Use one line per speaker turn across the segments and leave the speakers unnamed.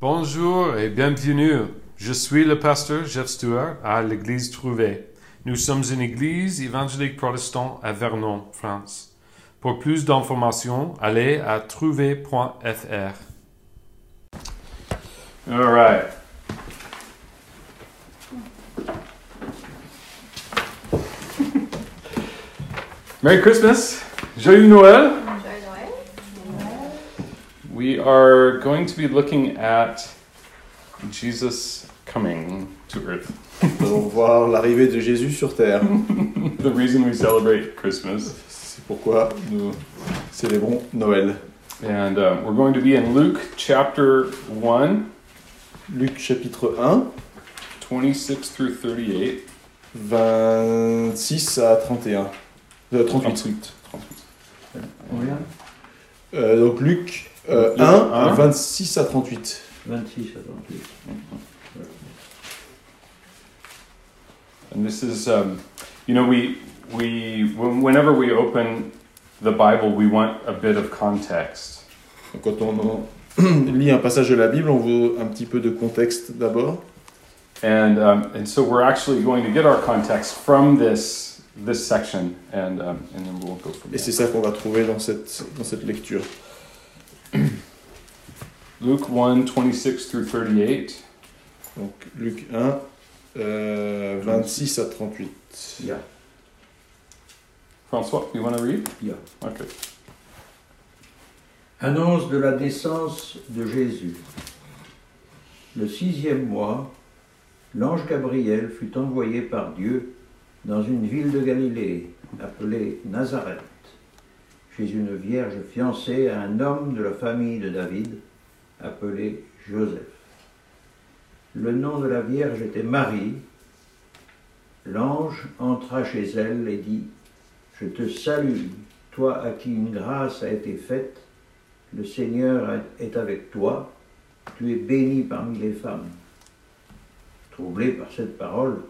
Bonjour et bienvenue. Je suis le pasteur Jeff Stewart à l'église Trouvé. Nous sommes une église évangélique protestante à Vernon, France. Pour plus d'informations, allez à trouvé.fr. All right. Merry Christmas. Joyeux Noël. We are going to be looking at Jesus coming to earth.
Nous allons voir l'arrivée de Jésus sur terre.
The reason we celebrate Christmas.
C'est pourquoi nous célébrons Noël.
And uh, we're going to be in Luke chapter 1,
Luc chapitre 1,
26 through 38.
26 à 31. Euh, 38.
Oh
Euh, donc Luc euh,
Luc
1,
un.
26 à 38.
26 à 38.
And this is, um, you know, we, we, when- whenever we open the Bible, we want a bit of context.
Donc, quand on on lit un passage de la Bible, on veut un petit peu de contexte d'abord.
And, um, and so we're actually going to get our context from this, this section, and, um, and then we'll go from there.
Et c'est ça qu'on va trouver dans cette, dans cette lecture.
Luke 1, 26 through 38.
Donc Luc 1, euh, 26 à 38.
Yeah.
Francois, you want to read?
Yeah.
Okay.
Annonce de la naissance de Jésus. Le sixième mois, l'ange Gabriel fut envoyé par Dieu dans une ville de Galilée appelée Nazareth, chez une vierge fiancée à un homme de la famille de David appelé Joseph. Le nom de la vierge était Marie. L'ange entra chez elle et dit, Je te salue, toi à qui une grâce a été faite. Le Seigneur est avec toi, tu es bénie parmi les femmes. Troublée par cette parole,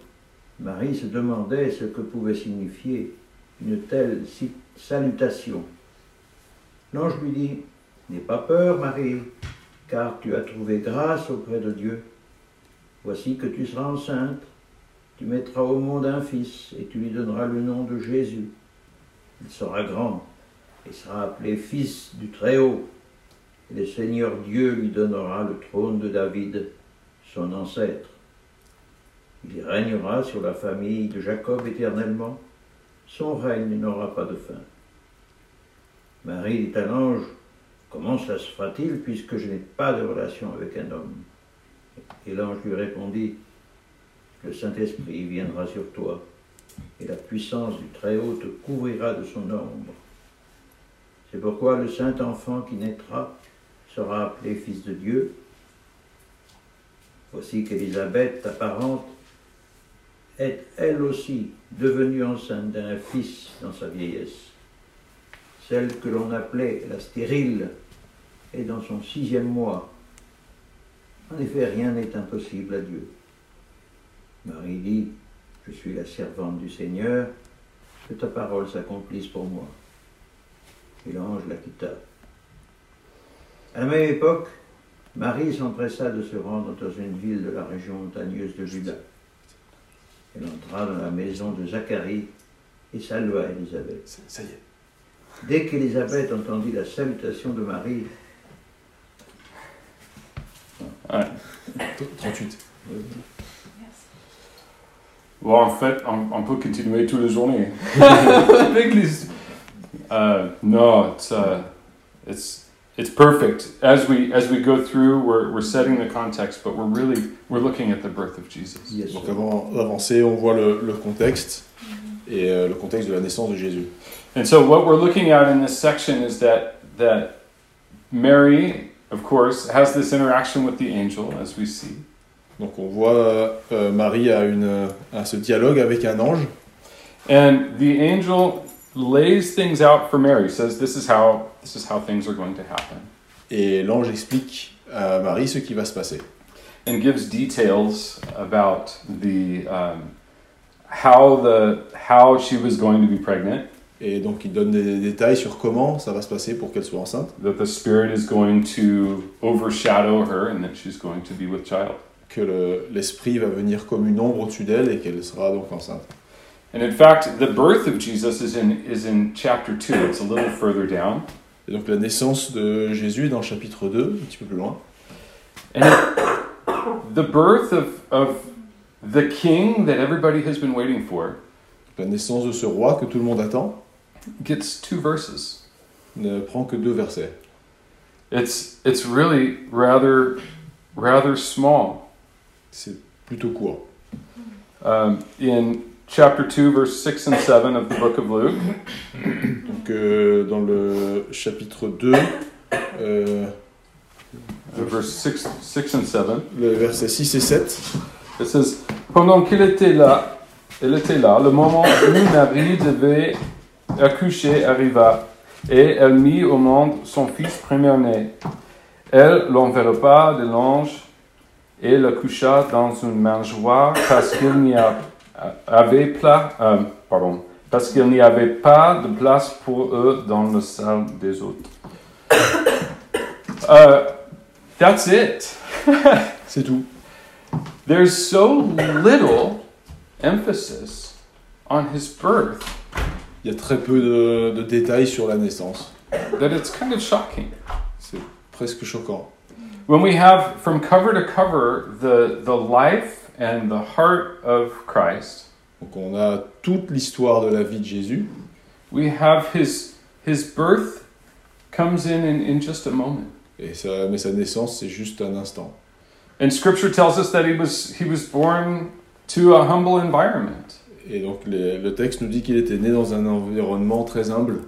Marie se demandait ce que pouvait signifier une telle si- salutation. L'ange lui dit, N'aie pas peur, Marie, car tu as trouvé grâce auprès de Dieu. Voici que tu seras enceinte, tu mettras au monde un fils, et tu lui donneras le nom de Jésus. Il sera grand et sera appelé Fils du Très-Haut. Et le Seigneur Dieu lui donnera le trône de David, son ancêtre. Il régnera sur la famille de Jacob éternellement. Son règne n'aura pas de fin. Marie dit à l'ange, Comment cela se fera-t-il puisque je n'ai pas de relation avec un homme Et l'ange lui répondit, Le Saint-Esprit viendra sur toi, et la puissance du Très-Haut te couvrira de son ombre. C'est pourquoi le saint enfant qui naîtra sera appelé fils de Dieu. Voici qu'Élisabeth, ta parente, est elle aussi devenue enceinte d'un fils dans sa vieillesse. Celle que l'on appelait la stérile est dans son sixième mois. En effet, rien n'est impossible à Dieu. Marie dit, je suis la servante du Seigneur, que ta parole s'accomplisse pour moi et l'ange la quitta. À la même époque, Marie s'empressa de se rendre dans une ville de la région montagneuse de Juda. Elle entra dans la maison de Zacharie et salua Élisabeth.
Ça ça y est.
Dès qu'Élisabeth entendit la salutation de Marie,
38.
Well, en fait, on, on peut continuer toute la journée. Avec les- Uh, no, it's, uh, it's, it's perfect. As we, as we go through, we're, we're setting the context, but we're really, we're looking at the birth of Jesus.
yes,
Donc
sir.
avant d'avancer, on voit le, le contexte et euh, le contexte de la naissance de Jésus.
And so what we're looking at in this section is that, that Mary, of course, has this interaction with the angel, as we see.
Donc on voit euh, euh, Marie a une euh, a ce dialogue avec un ange
And the angel lays things out for Mary, says this is how this is how things are going to happen,
et l'ange explique à Marie ce qui va se passer.
and gives details about the um, how the how she was going to be pregnant
Et donc il donne des détails sur comment ça va se passer pour qu'elle soit enceinte,
that the Spirit is going to overshadow her and that she's going to be with child.
que le- l'esprit va venir comme une ombre au-dessus d'elle et qu'elle sera donc enceinte.
And in fact, the birth of Jesus is in, is in chapter 2, it's a little further down.
Et donc la naissance de Jésus est dans le chapitre 2, un petit peu plus loin.
And it- the birth of, of the king that everybody has been waiting for
La naissance de ce roi que tout le monde attend
gets two verses.
ne prend que deux versets.
It's, it's really rather, rather small.
C'est plutôt court.
um, in chapter 2, verse 6 and 7 of the book of Luke.
Donc euh, dans le chapitre 2, euh,
uh, Verse 6, 6 and 7.
le verset 6 et 7,
It says, Pendant qu'il était là, il était là, le moment où Marie devait accoucher arriva, et elle mit au monde son fils premier-né. Elle l'enveloppa de l'ange et le coucha dans une mangeoire parce qu'il n'y a- avait pla- euh, pardon, parce qu'il n'y avait pas de place pour eux dans le salle des autres. Euh, that's it.
c'est tout.
There's so little emphasis on his birth
Il y a très peu de, de détails sur la naissance.
that it's kind of shocking.
C'est presque choquant.
When we have from cover to cover the, the life and the heart of Christ,
Donc on a toute l'histoire de la vie de Jésus.
we have his, his birth comes in, in in just a moment.
Et ça, mais sa naissance, c'est juste un instant.
And scripture tells us that he was, he was born to a humble environment.
Et donc les- le texte nous dit qu'il était né dans un environnement très humble.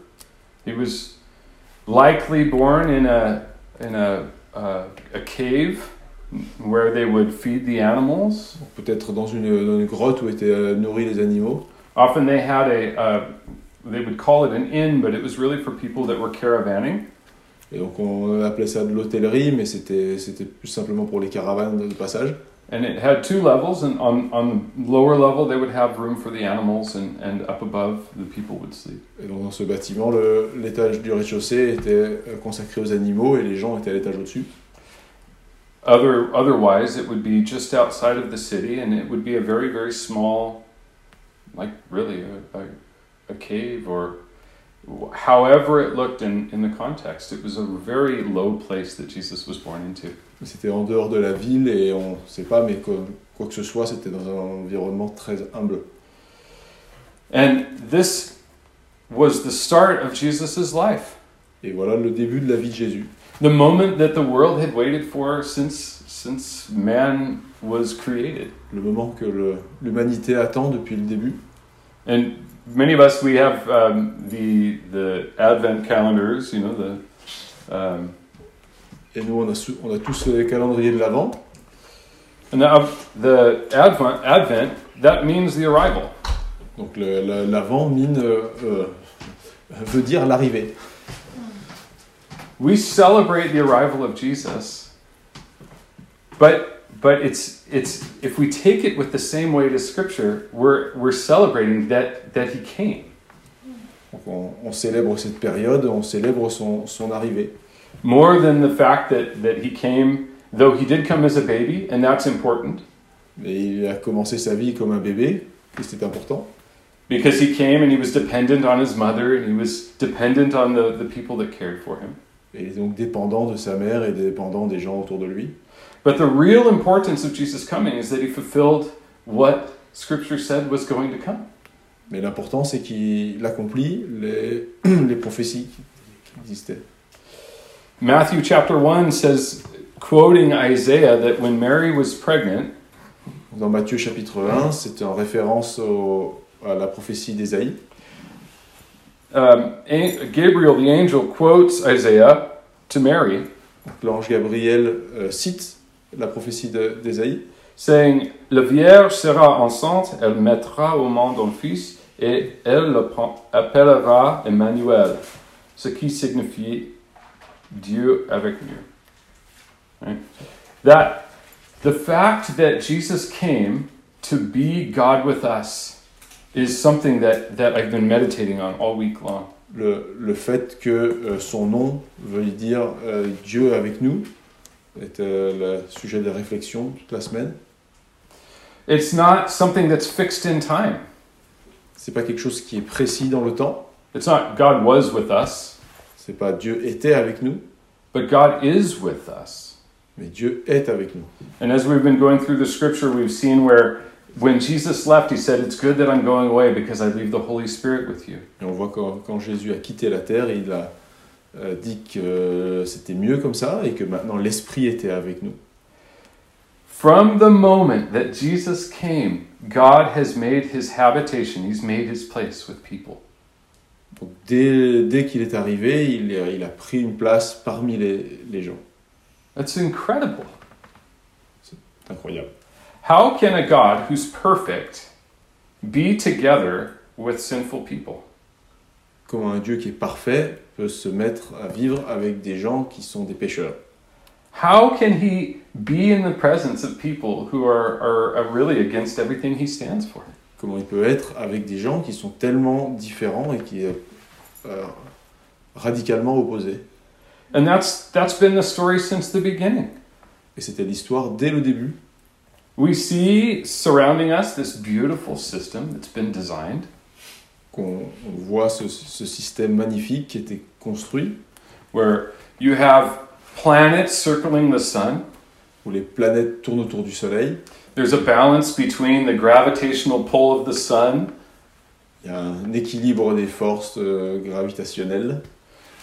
He was likely born in a, in a, uh, a cave where they would feed the animals.
Donc Peut-être dans une, dans une grotte où étaient euh, nourris les animaux.
Often they had a, uh, they would call it an inn, but it was really for people that were caravanning.
Et donc on appelait ça de l'hôtellerie, mais c'était c'était plus simplement pour les caravanes de passage.
And it had two levels, and on, on the lower level they would have room for the animals, and, and up above the people would sleep.
Et donc dans ce bâtiment, le- l'étage du rez-de-chaussée était euh, consacré aux animaux et les gens étaient à l'étage au-dessus.
Other, otherwise, it would be just outside of the city, and it would be a very, very small, like really a, a, a cave or however it looked in, in the context. It was a very low place that Jesus was born into.
C'était en dehors de la ville et on ne sait pas, mais quoi, quoi que ce soit, c'était dans un environnement très humble.
And this was the start of Jesus' life.
Et voilà le début de la vie de Jésus.
The moment that the world had waited for since, since man was created.
Le moment que le- l'humanité attend depuis le début.
And many of us, we have um, the, the Advent calendars, you know, the, um,
Et nous, on a, sou- on a tous les calendriers de l'Avent.
and the, the Advent, Advent, that means the arrival.
Donc le- la- l'Avent mine euh, euh, veut dire l'arrivée.
We celebrate the arrival of Jesus, but but it's it's if we take it with the same way to Scripture, we're we're celebrating that that He came.
Donc on, on célèbre cette période, on célèbre son, son arrivée.
More than the fact that that He came, though He did come as a baby, and that's important
Mais il a commencé sa vie comme un bébé, et c'est important.
because He came and He was dependent on His mother and He was dependent on the the people that cared for Him.
Et il est donc dépendant de sa mère et dépendant des gens autour de lui.
But the real importance of Jesus coming is that He fulfilled what Scripture said was going to come.
Mais l'important, c'est qu'il accomplit les, les prophéties qui existaient.
Matthew chapter 1 says, quoting Isaiah, that when Mary was pregnant,
Dans Matthieu chapitre 1, c'est en référence au- à la prophétie d'Ésaïe.
um, An- Gabriel the angel quotes Isaiah to Mary,
Donc L'ange Gabriel euh, cite la prophétie de- d'Ésaïe.
saying, La Vierge sera enceinte, elle mettra au monde un fils, et elle le pr- appellera Emmanuel, ce qui signifie Dieu avec nous. Right? That the fact that Jesus came to be God with us is something that, that I've been meditating on all week long.
le, le fait que euh, son nom veuille dire euh, Dieu avec nous était le sujet de réflexion toute la semaine.
It's not something that's fixed in time.
C'est pas quelque chose qui est précis dans le temps.
It's not God was with us,
C'est pas Dieu était avec nous,
but God is with us.
mais Dieu est avec nous.
And as we've been going through the scripture, we've seen where when Jesus left, he said, It's good that I'm going away because I leave the Holy Spirit with you.
Et on voit quand, quand Jésus a quitté la terre, il a euh, dit que euh, c'était mieux comme ça et que maintenant l'Esprit était avec nous.
From the moment that Jesus came, God has made his habitation, he's made his place with people.
Donc dès, dès qu'il est arrivé, il, a- il a pris une place parmi les, les gens.
That's incredible.
C'est incroyable.
How can a God who's perfect be together with sinful people?
Comment un Dieu qui est parfait peut se mettre à vivre avec des gens qui sont des pécheurs.
How can he be in the presence of people who are, are, are really against everything he stands for?
Comment il peut être avec des gens qui sont tellement différents et qui est euh, radicalement opposés.
And that's, that's been the story since the beginning.
Et c'était l'histoire dès le début.
We see surrounding us this beautiful system that's been designed.
qu'on on voit ce, ce système magnifique qui était construit,
where you have planets circling the sun.
où les planètes tournent autour du Soleil.
There's a balance between the gravitational pull of the sun
Il y a un équilibre des forces euh, gravitationnelles,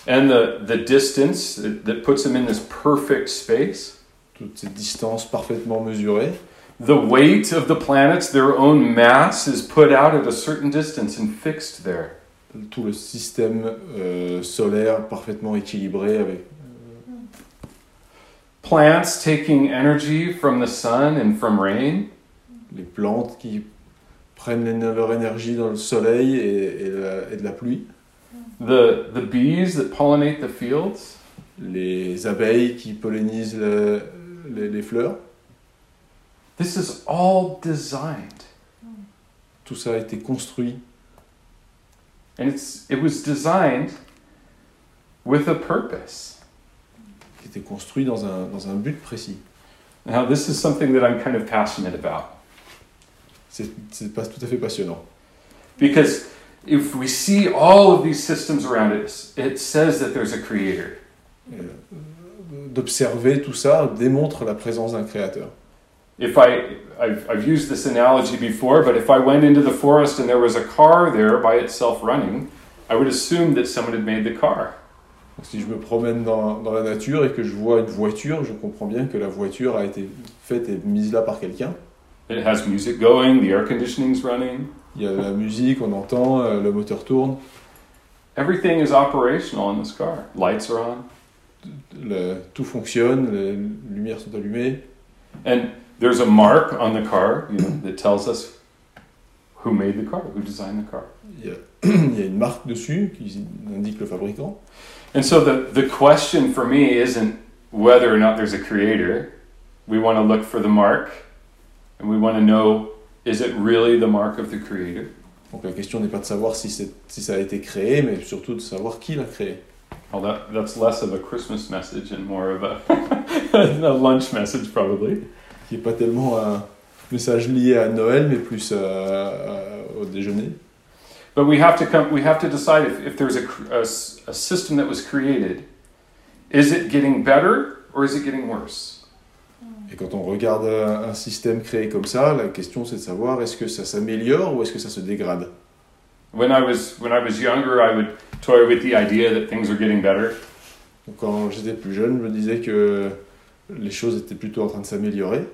and the, the distance that that puts them in this perfect space.
toutes ces distances parfaitement mesurées.
The weight of the planets, their own mass, is put out at a certain distance and fixed there.
Tout le système euh, solaire parfaitement équilibré avec
Plants taking energy from the sun and from rain.
les plantes qui prennent l'éne- leur énergie dans le soleil et, et la- et de la pluie,
The, the bees that pollinate the fields.
les abeilles qui pollinisent le- les, les fleurs.
This is all designed.
Tout ça a été construit
And it's, it was designed with a purpose.
qui était construit dans un, dans un but précis.
Now, this is something that I'm kind of passionate about
C'est c'est pas tout à fait passionnant.
because if we see all of these systems around us, it says that there's a creator.
Euh, d'observer tout ça démontre la présence d'un créateur.
If I, I've, I've used this analogy before, but if I went into the forest and there was a car there by itself running, I would assume that someone had made the car.
Donc, si je me promène dans, dans la nature et que je vois une voiture, je comprends bien que la voiture a été faite et mise là par quelqu'un.
It has music going, the air conditioning's running,
Il y a la musique, on entend, euh, le moteur tourne,
everything is operational in this car. Lights are on,
le- tout fonctionne, les lumières sont allumées.
and there's a mark on the car you know, that tells us who made the car, who designed the car.
Il y a, il y a une marque dessus qui indique le fabricant.
And so the, the question for me isn't whether or not there's a creator. We want to look for the mark and we want to know is it really the mark of the creator?
Donc la question n'est pas de savoir si, c'est- si ça a été créé, mais surtout de savoir qui l'a créé.
Well, that, that's less of a Christmas message and more of a, a lunch message, probably.
Qui n'est pas tellement un message lié à Noël, mais plus à- à- au déjeuner.
But we have to, come, we have to decide if, if there's a, cr- a s- a system that was created, is it getting better or is it getting worse?
Et quand on regarde un un système créé comme ça, la question c'est de savoir est-ce que ça s'améliore ou est-ce que ça se dégrade.
When I was, when I was younger, I would toy with the idea that things are getting better.
Donc, quand j'étais plus jeune, je me disais que les choses étaient plutôt en train de s'améliorer.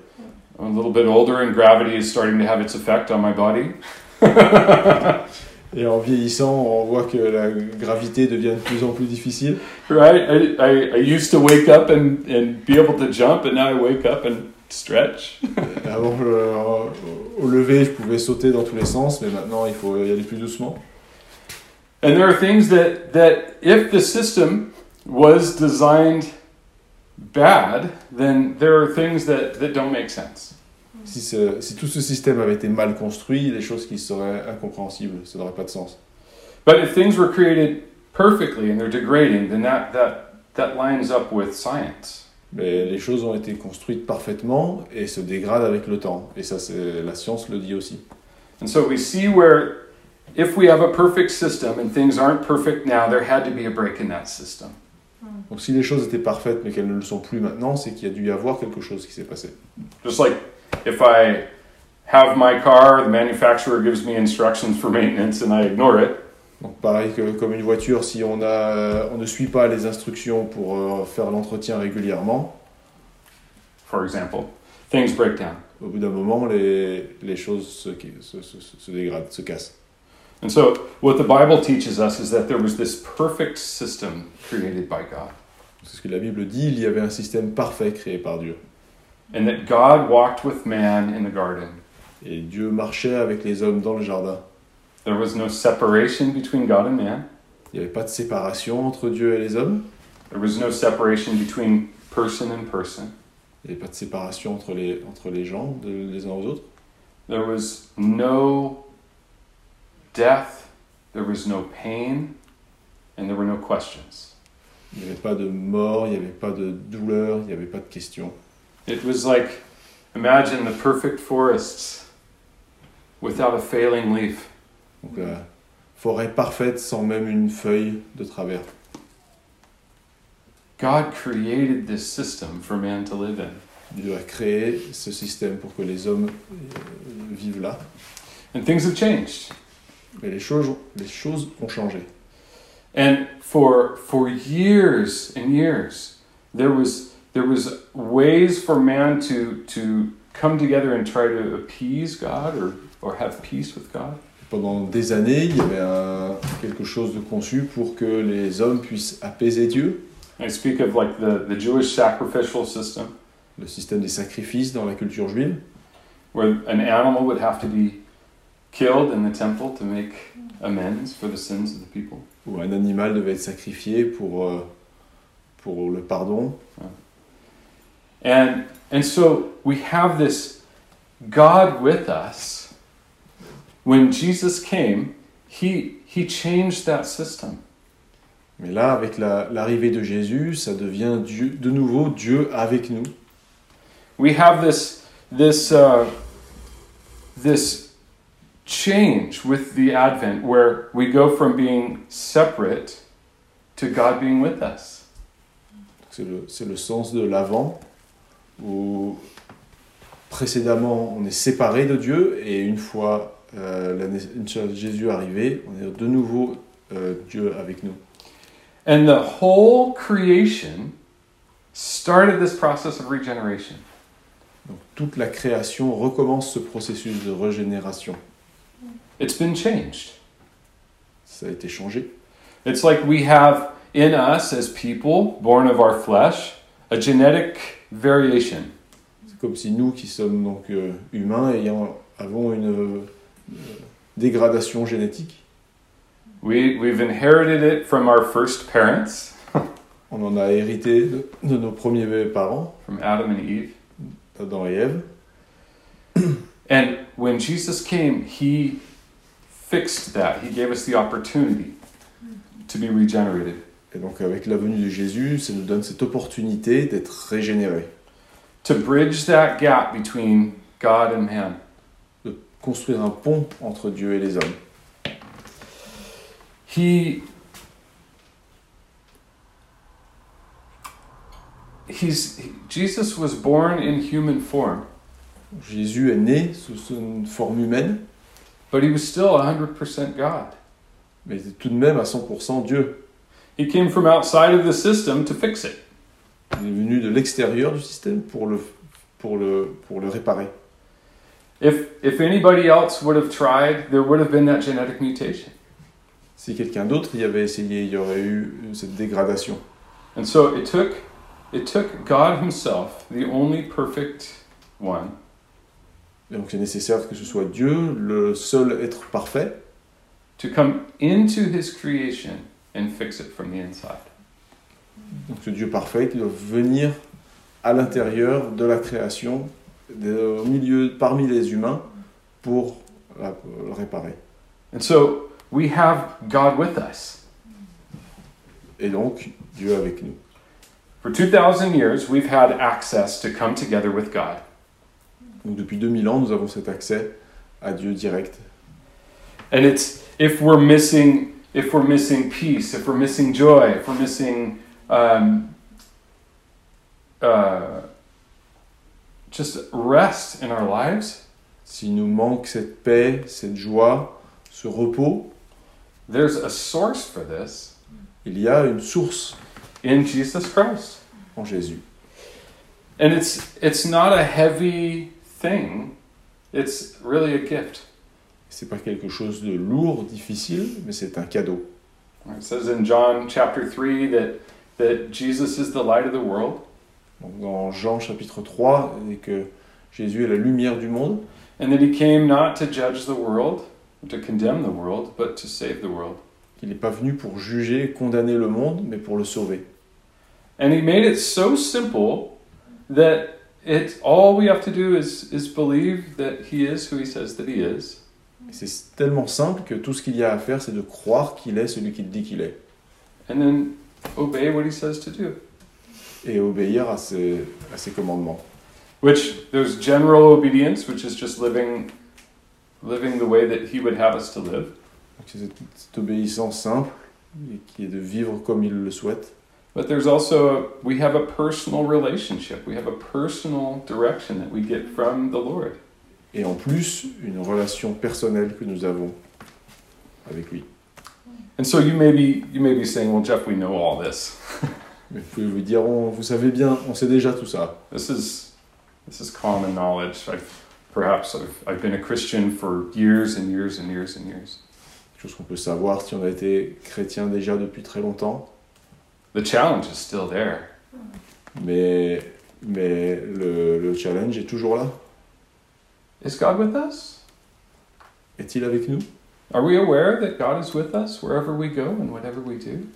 I'm a little bit older and gravity is starting to have its effect on my body.
Et en vieillissant, on voit que la gravité devient de plus en plus difficile.
Right? I, I, I used to wake up and, and be able to jump, and now I wake up and stretch.
Et Avant, je- au lever, je pouvais sauter dans tous les sens, mais maintenant, il faut y aller plus doucement.
And there are things that, that if the system was designed bad, then there are things that, that don't make sense.
Si, ce- si tout ce système avait été mal construit, les choses qui seraient incompréhensibles, ça n'aurait pas de sens.
But if things were created perfectly and they're degrading, then that, that, that lines up with science.
Mais les choses ont été construites parfaitement et se dégradent avec le temps. Et ça, c'est la science le dit aussi.
And so we see where if we have a perfect system and things aren't perfect now, there had to be a break in that system.
Donc si les choses étaient parfaites mais qu'elles ne le sont plus maintenant, c'est qu'il y a dû y avoir quelque chose qui s'est passé.
Just like if I have my car, the manufacturer gives me instructions for maintenance and I ignore it,
Donc pareil que comme une voiture, si on, a, on ne suit pas les instructions pour euh, faire l'entretien régulièrement,
for example, things break down.
au bout d'un moment, les, les choses se, se- se- se dégradent, se cassent.
And so what the Bible teaches us is that there was this perfect system created by God.
C'est ce que la Bible dit, il y avait un système parfait créé par Dieu.
And that God walked with man in the garden.
Et Dieu marchait avec les hommes dans le jardin.
There was no separation between God and man.
Il n'y avait pas de séparation entre Dieu et les hommes.
There was no separation between person and person.
Il n'y avait pas de séparation entre les, entre les gens, de- les uns aux autres.
There was no death, there was no pain, and there were no questions.
Il n'y avait pas de mort, il n'y avait pas de douleur, il n'y avait pas de question.
It was like imagine the perfect forests without a failing leaf.
Donc la forêt parfaite sans même une feuille de travers.
God created this system for man to live in.
Dieu a créé ce système pour que les hommes euh, vivent là.
And things have changed.
Mais les choses, les choses ont changé.
And for for years and years there was there was ways for man to to come together and try to appease God or or have peace with God.
Pendant des années, il y avait un- quelque chose de conçu pour que les hommes puissent apaiser Dieu.
I speak of like the, the Jewish sacrificial system
Le système des sacrifices dans la culture juive,
where an animal would have to be killed in the temple to make amends for the sins of the people.
où un animal devait être sacrifié pour, euh, pour le pardon.
And and so we have this God with us. When Jesus came, he he changed that system.
Mais là, avec la- l'arrivée de Jésus, ça devient Dieu, de nouveau Dieu avec nous.
We have this this uh, this change with the advent where we go from being separate to God being with us.
C'est le, c'est le sens de l'avant, où précédemment on est séparé de Dieu, et une fois euh, la naiss- une fois Jésus arrivé, on est de nouveau euh, Dieu avec nous.
And the whole creation started this process of regeneration.
Donc toute la création recommence ce processus de régénération.
It's been changed.
Ça a été changé.
It's like we have in us, as people born of our flesh, a genetic variation.
C'est comme si nous qui sommes donc euh, humains ayant, avons une euh, dégradation génétique.
We, we've inherited it from our first parents,
On en a hérité de, de nos premiers parents,
from Adam and Eve.
Adam et Ève.
And when Jesus came, he fixed that. He gave us the opportunity to be regenerated,
Et donc avec la venue de Jésus, ça nous donne cette opportunité d'être régénérés,
to bridge that gap between God and man.
de construire un pont entre Dieu et les hommes.
he he's he- jesus was born in human form
Jésus est né sous une forme humaine,
but he was still 100% god
mais il est tout de même à 100% Dieu.
he came from outside of the system to fix it
Il est venu de l'extérieur du système pour le, pour le, pour le réparer.
if if anybody else would have tried there would have been that genetic mutation
Si quelqu'un d'autre y avait essayé, il y aurait eu cette dégradation.
and so it took it took god himself the only perfect one
Et donc c'est nécessaire que ce soit Dieu, le seul être parfait,
to come into his creation and fix it from the inside
donc ce Dieu parfait qui doit venir à l'intérieur de la création de- au milieu, parmi les humains pour la- le réparer.
And so we have God with us.
Et donc, Dieu avec nous.
For 2,000 years, we've had access to come together with God.
Donc depuis 2000 ans, nous avons cet accès à Dieu direct.
And it's if we're missing, if we're missing peace, if we're missing joy, if we're missing um, uh, just rest in our lives,
S'il nous manque cette paix, cette joie, ce repos,
there's a source for this
il y a une source
in Jesus Christ.
en Jésus.
And it's it's not a heavy thing. It's really a gift.
C'est pas quelque chose de lourd, difficile, mais c'est un cadeau.
It says in John chapter 3 that that Jesus is the light of the world
Donc dans Jean chapitre 3, il dit que Jésus est la lumière du monde
and that he came not to judge the world, to condemn the world, but to save the world.
qu'il n'est pas venu pour juger, condamner le monde, mais pour le sauver.
And he made it so simple that it's all we have to do is is believe that he is who he says that he is.
Et C'est tellement simple que tout ce qu'il y a à faire, c'est de croire qu'il est celui qu'il dit qu'il est.
And then obey what he says to do.
Et obéir à ses, à ses commandements.
Which there's general obedience, which is just living living the way that he would have us to live.
Donc c'est cette, cette obéissance simple, et qui est de vivre comme il le souhaite.
But there's also, we have a personal relationship. We have a personal direction that we get from the Lord.
Et en plus, une relation personnelle que nous avons avec lui.
And so you may be, you may be saying, well, Jeff, we know all this.
Mais vous pouvez vous dire, on- vous savez bien, on sait déjà tout ça.
This is, this is common knowledge. I, perhaps I've, I've been a Christian for years and years and years and years.
Quelque chose qu'on peut savoir si on a été chrétien déjà depuis très longtemps.
The challenge is still there.
Mais, mais le, le challenge est toujours là.
Is God with us?
Est-il avec nous
Are we aware that God is with us wherever we go and whatever we do?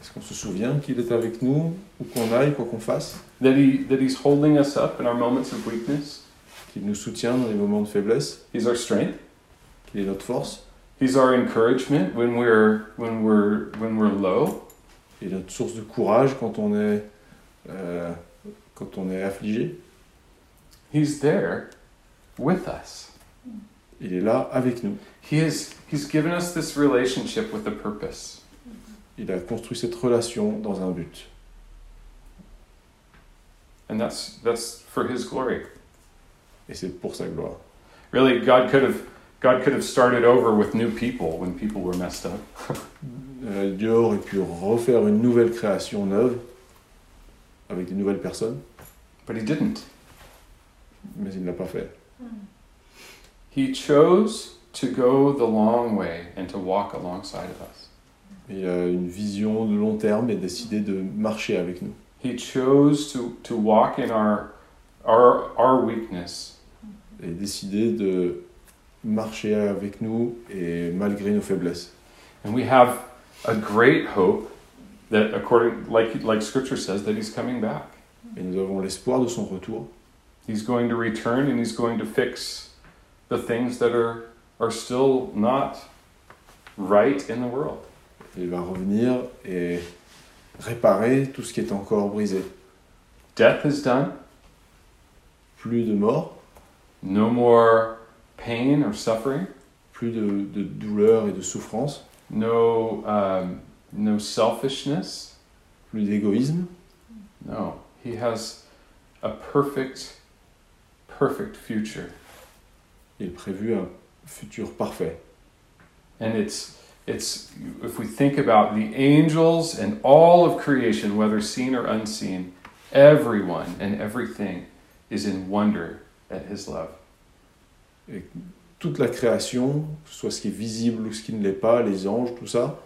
Est-ce qu'on se souvient qu'il est avec nous, où qu'on aille, quoi qu'on fasse
That, he, that He's holding us up in our moments of weakness?
Qu'il nous soutient dans les moments de faiblesse,
He's our strength?
qu'il est notre force,
He's our encouragement when we're when we're when we're low.
et notre source de courage quand on est, euh, quand on est affligé.
He's there with us.
Il est là avec nous.
He is he's given us this relationship with a purpose.
Il a construit cette relation dans un but.
And that's that's for his glory.
Et c'est pour sa gloire.
Really, God could have God could have started over with new people when people were messed up.
Euh, Dieu aurait pu refaire une nouvelle création neuve avec de nouvelles personnes,
But he didn't.
mais il ne l'a pas fait.
He chose to go the long way and to walk alongside of us.
Il a euh, une vision de long terme et décidé de marcher avec nous.
He chose to, to walk in our our our weakness
et décidé de marcher avec nous et malgré nos faiblesses.
And we have a great hope that according like like scripture says that he's coming back.
Et nous avons l'espoir de son retour.
He's going to return and he's going to fix the things that are are still not right in the world.
Il va revenir et réparer tout ce qui est encore brisé.
Death is done.
Plus de mort,
No more pain or suffering.
plus de, de douleur et de souffrance,
No um, no selfishness.
plus d'égoïsme.
No. He has a perfect perfect future.
Il est prévu un futur parfait.
And it's it's if we think about the angels and all of creation, whether seen or unseen, everyone and everything is in wonder at his love.
Toute la création, que ce soit ce qui est visible ou ce qui ne l'est pas, les anges, tout ça,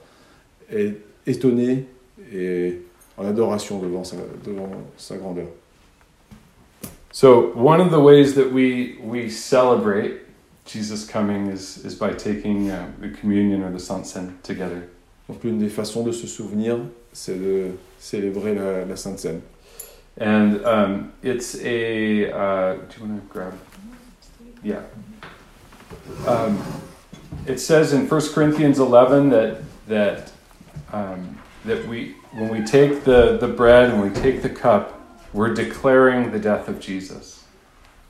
est étonné et en adoration devant sa, devant sa grandeur.
So one of the ways that we we celebrate Jesus coming is is by taking uh, the communion or the sansen together.
Donc l'une des façons de se souvenir, c'est de célébrer la, la Sainte Seine.
and um, it's a. Uh, do you want to grab? Yeah. Um, it says in 1 Corinthians 11 that that um, that we when we take the the bread and we take the cup, we're declaring the death of Jesus.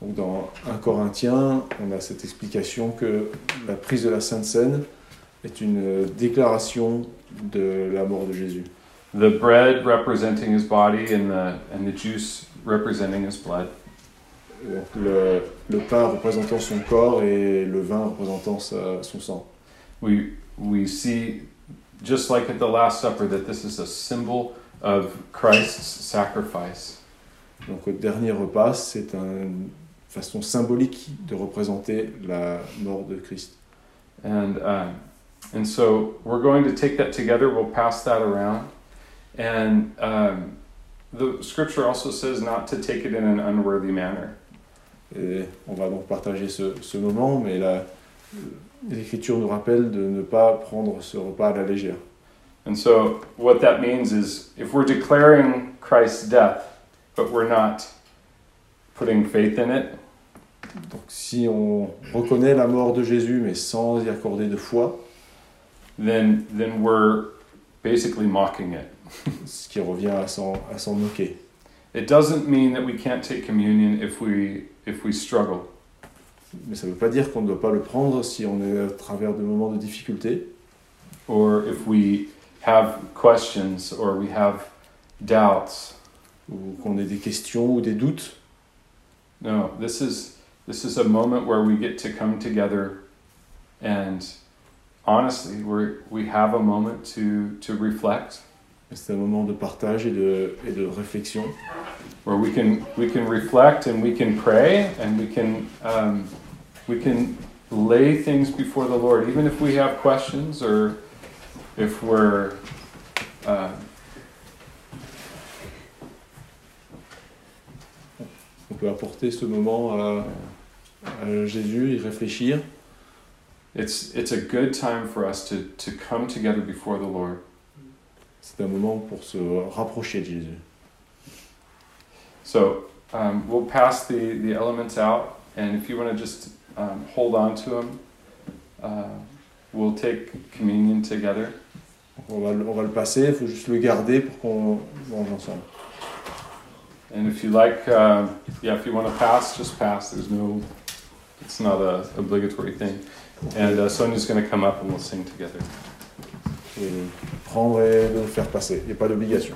Donc dans 1 Corinthiens, on a cette explication que la prise de la Sainte Seine est une euh, déclaration de la mort de Jésus.
The bread representing his body and the and the juice representing his blood.
Et donc le, le pain représentant son corps et le vin représentant sa- son sang.
We we see just like at the Last Supper that this is a symbol of Christ's sacrifice.
Donc au dernier repas, c'est une façon symbolique de représenter la mort de Christ.
And um, and so we're going to take that together. We'll pass that around. And um, the scripture also says not to take it in an unworthy manner.
Et on va donc partager ce, ce moment, mais la, l'Écriture nous rappelle de ne pas prendre ce repas à la légère.
And so what that means is if we're declaring Christ's death, but we're not putting faith in it,
Donc si on reconnaît la mort de Jésus, mais sans y accorder de foi,
then then we're basically mocking it.
ce qui revient à s'en, à s'en moquer.
It doesn't mean that we can't take communion if we if we struggle.
Mais ça ne veut pas dire qu'on ne doit pas le prendre si on est à travers de moments de difficulté,
or if we have questions or we have doubts.
ou qu'on ait des questions ou des doutes.
No, this is this is a moment where we get to come together and honestly we we have a moment to to reflect
C'est un moment de partage et de, et de réflexion.
where we can we can reflect and we can pray and we can um, we can lay things before the Lord even if we have questions or if we're uh,
On peut apporter ce moment à, à Jésus, y réfléchir.
it's it's a good time for us to to come together before the Lord
C'est un moment pour se rapprocher de Jésus.
So um, we'll pass the, the elements out, and if you want to just um, hold on to them, uh, we'll take communion together.
On va, le- on va le passer, il faut juste le garder pour qu'on mange ensemble.
And if you like, um yeah, if you want to pass, just pass. There's no, it's not a obligatory thing. And uh, Sonia's going to come up and we'll sing together.
Et prendre et le faire passer, il n'y a pas d'obligation.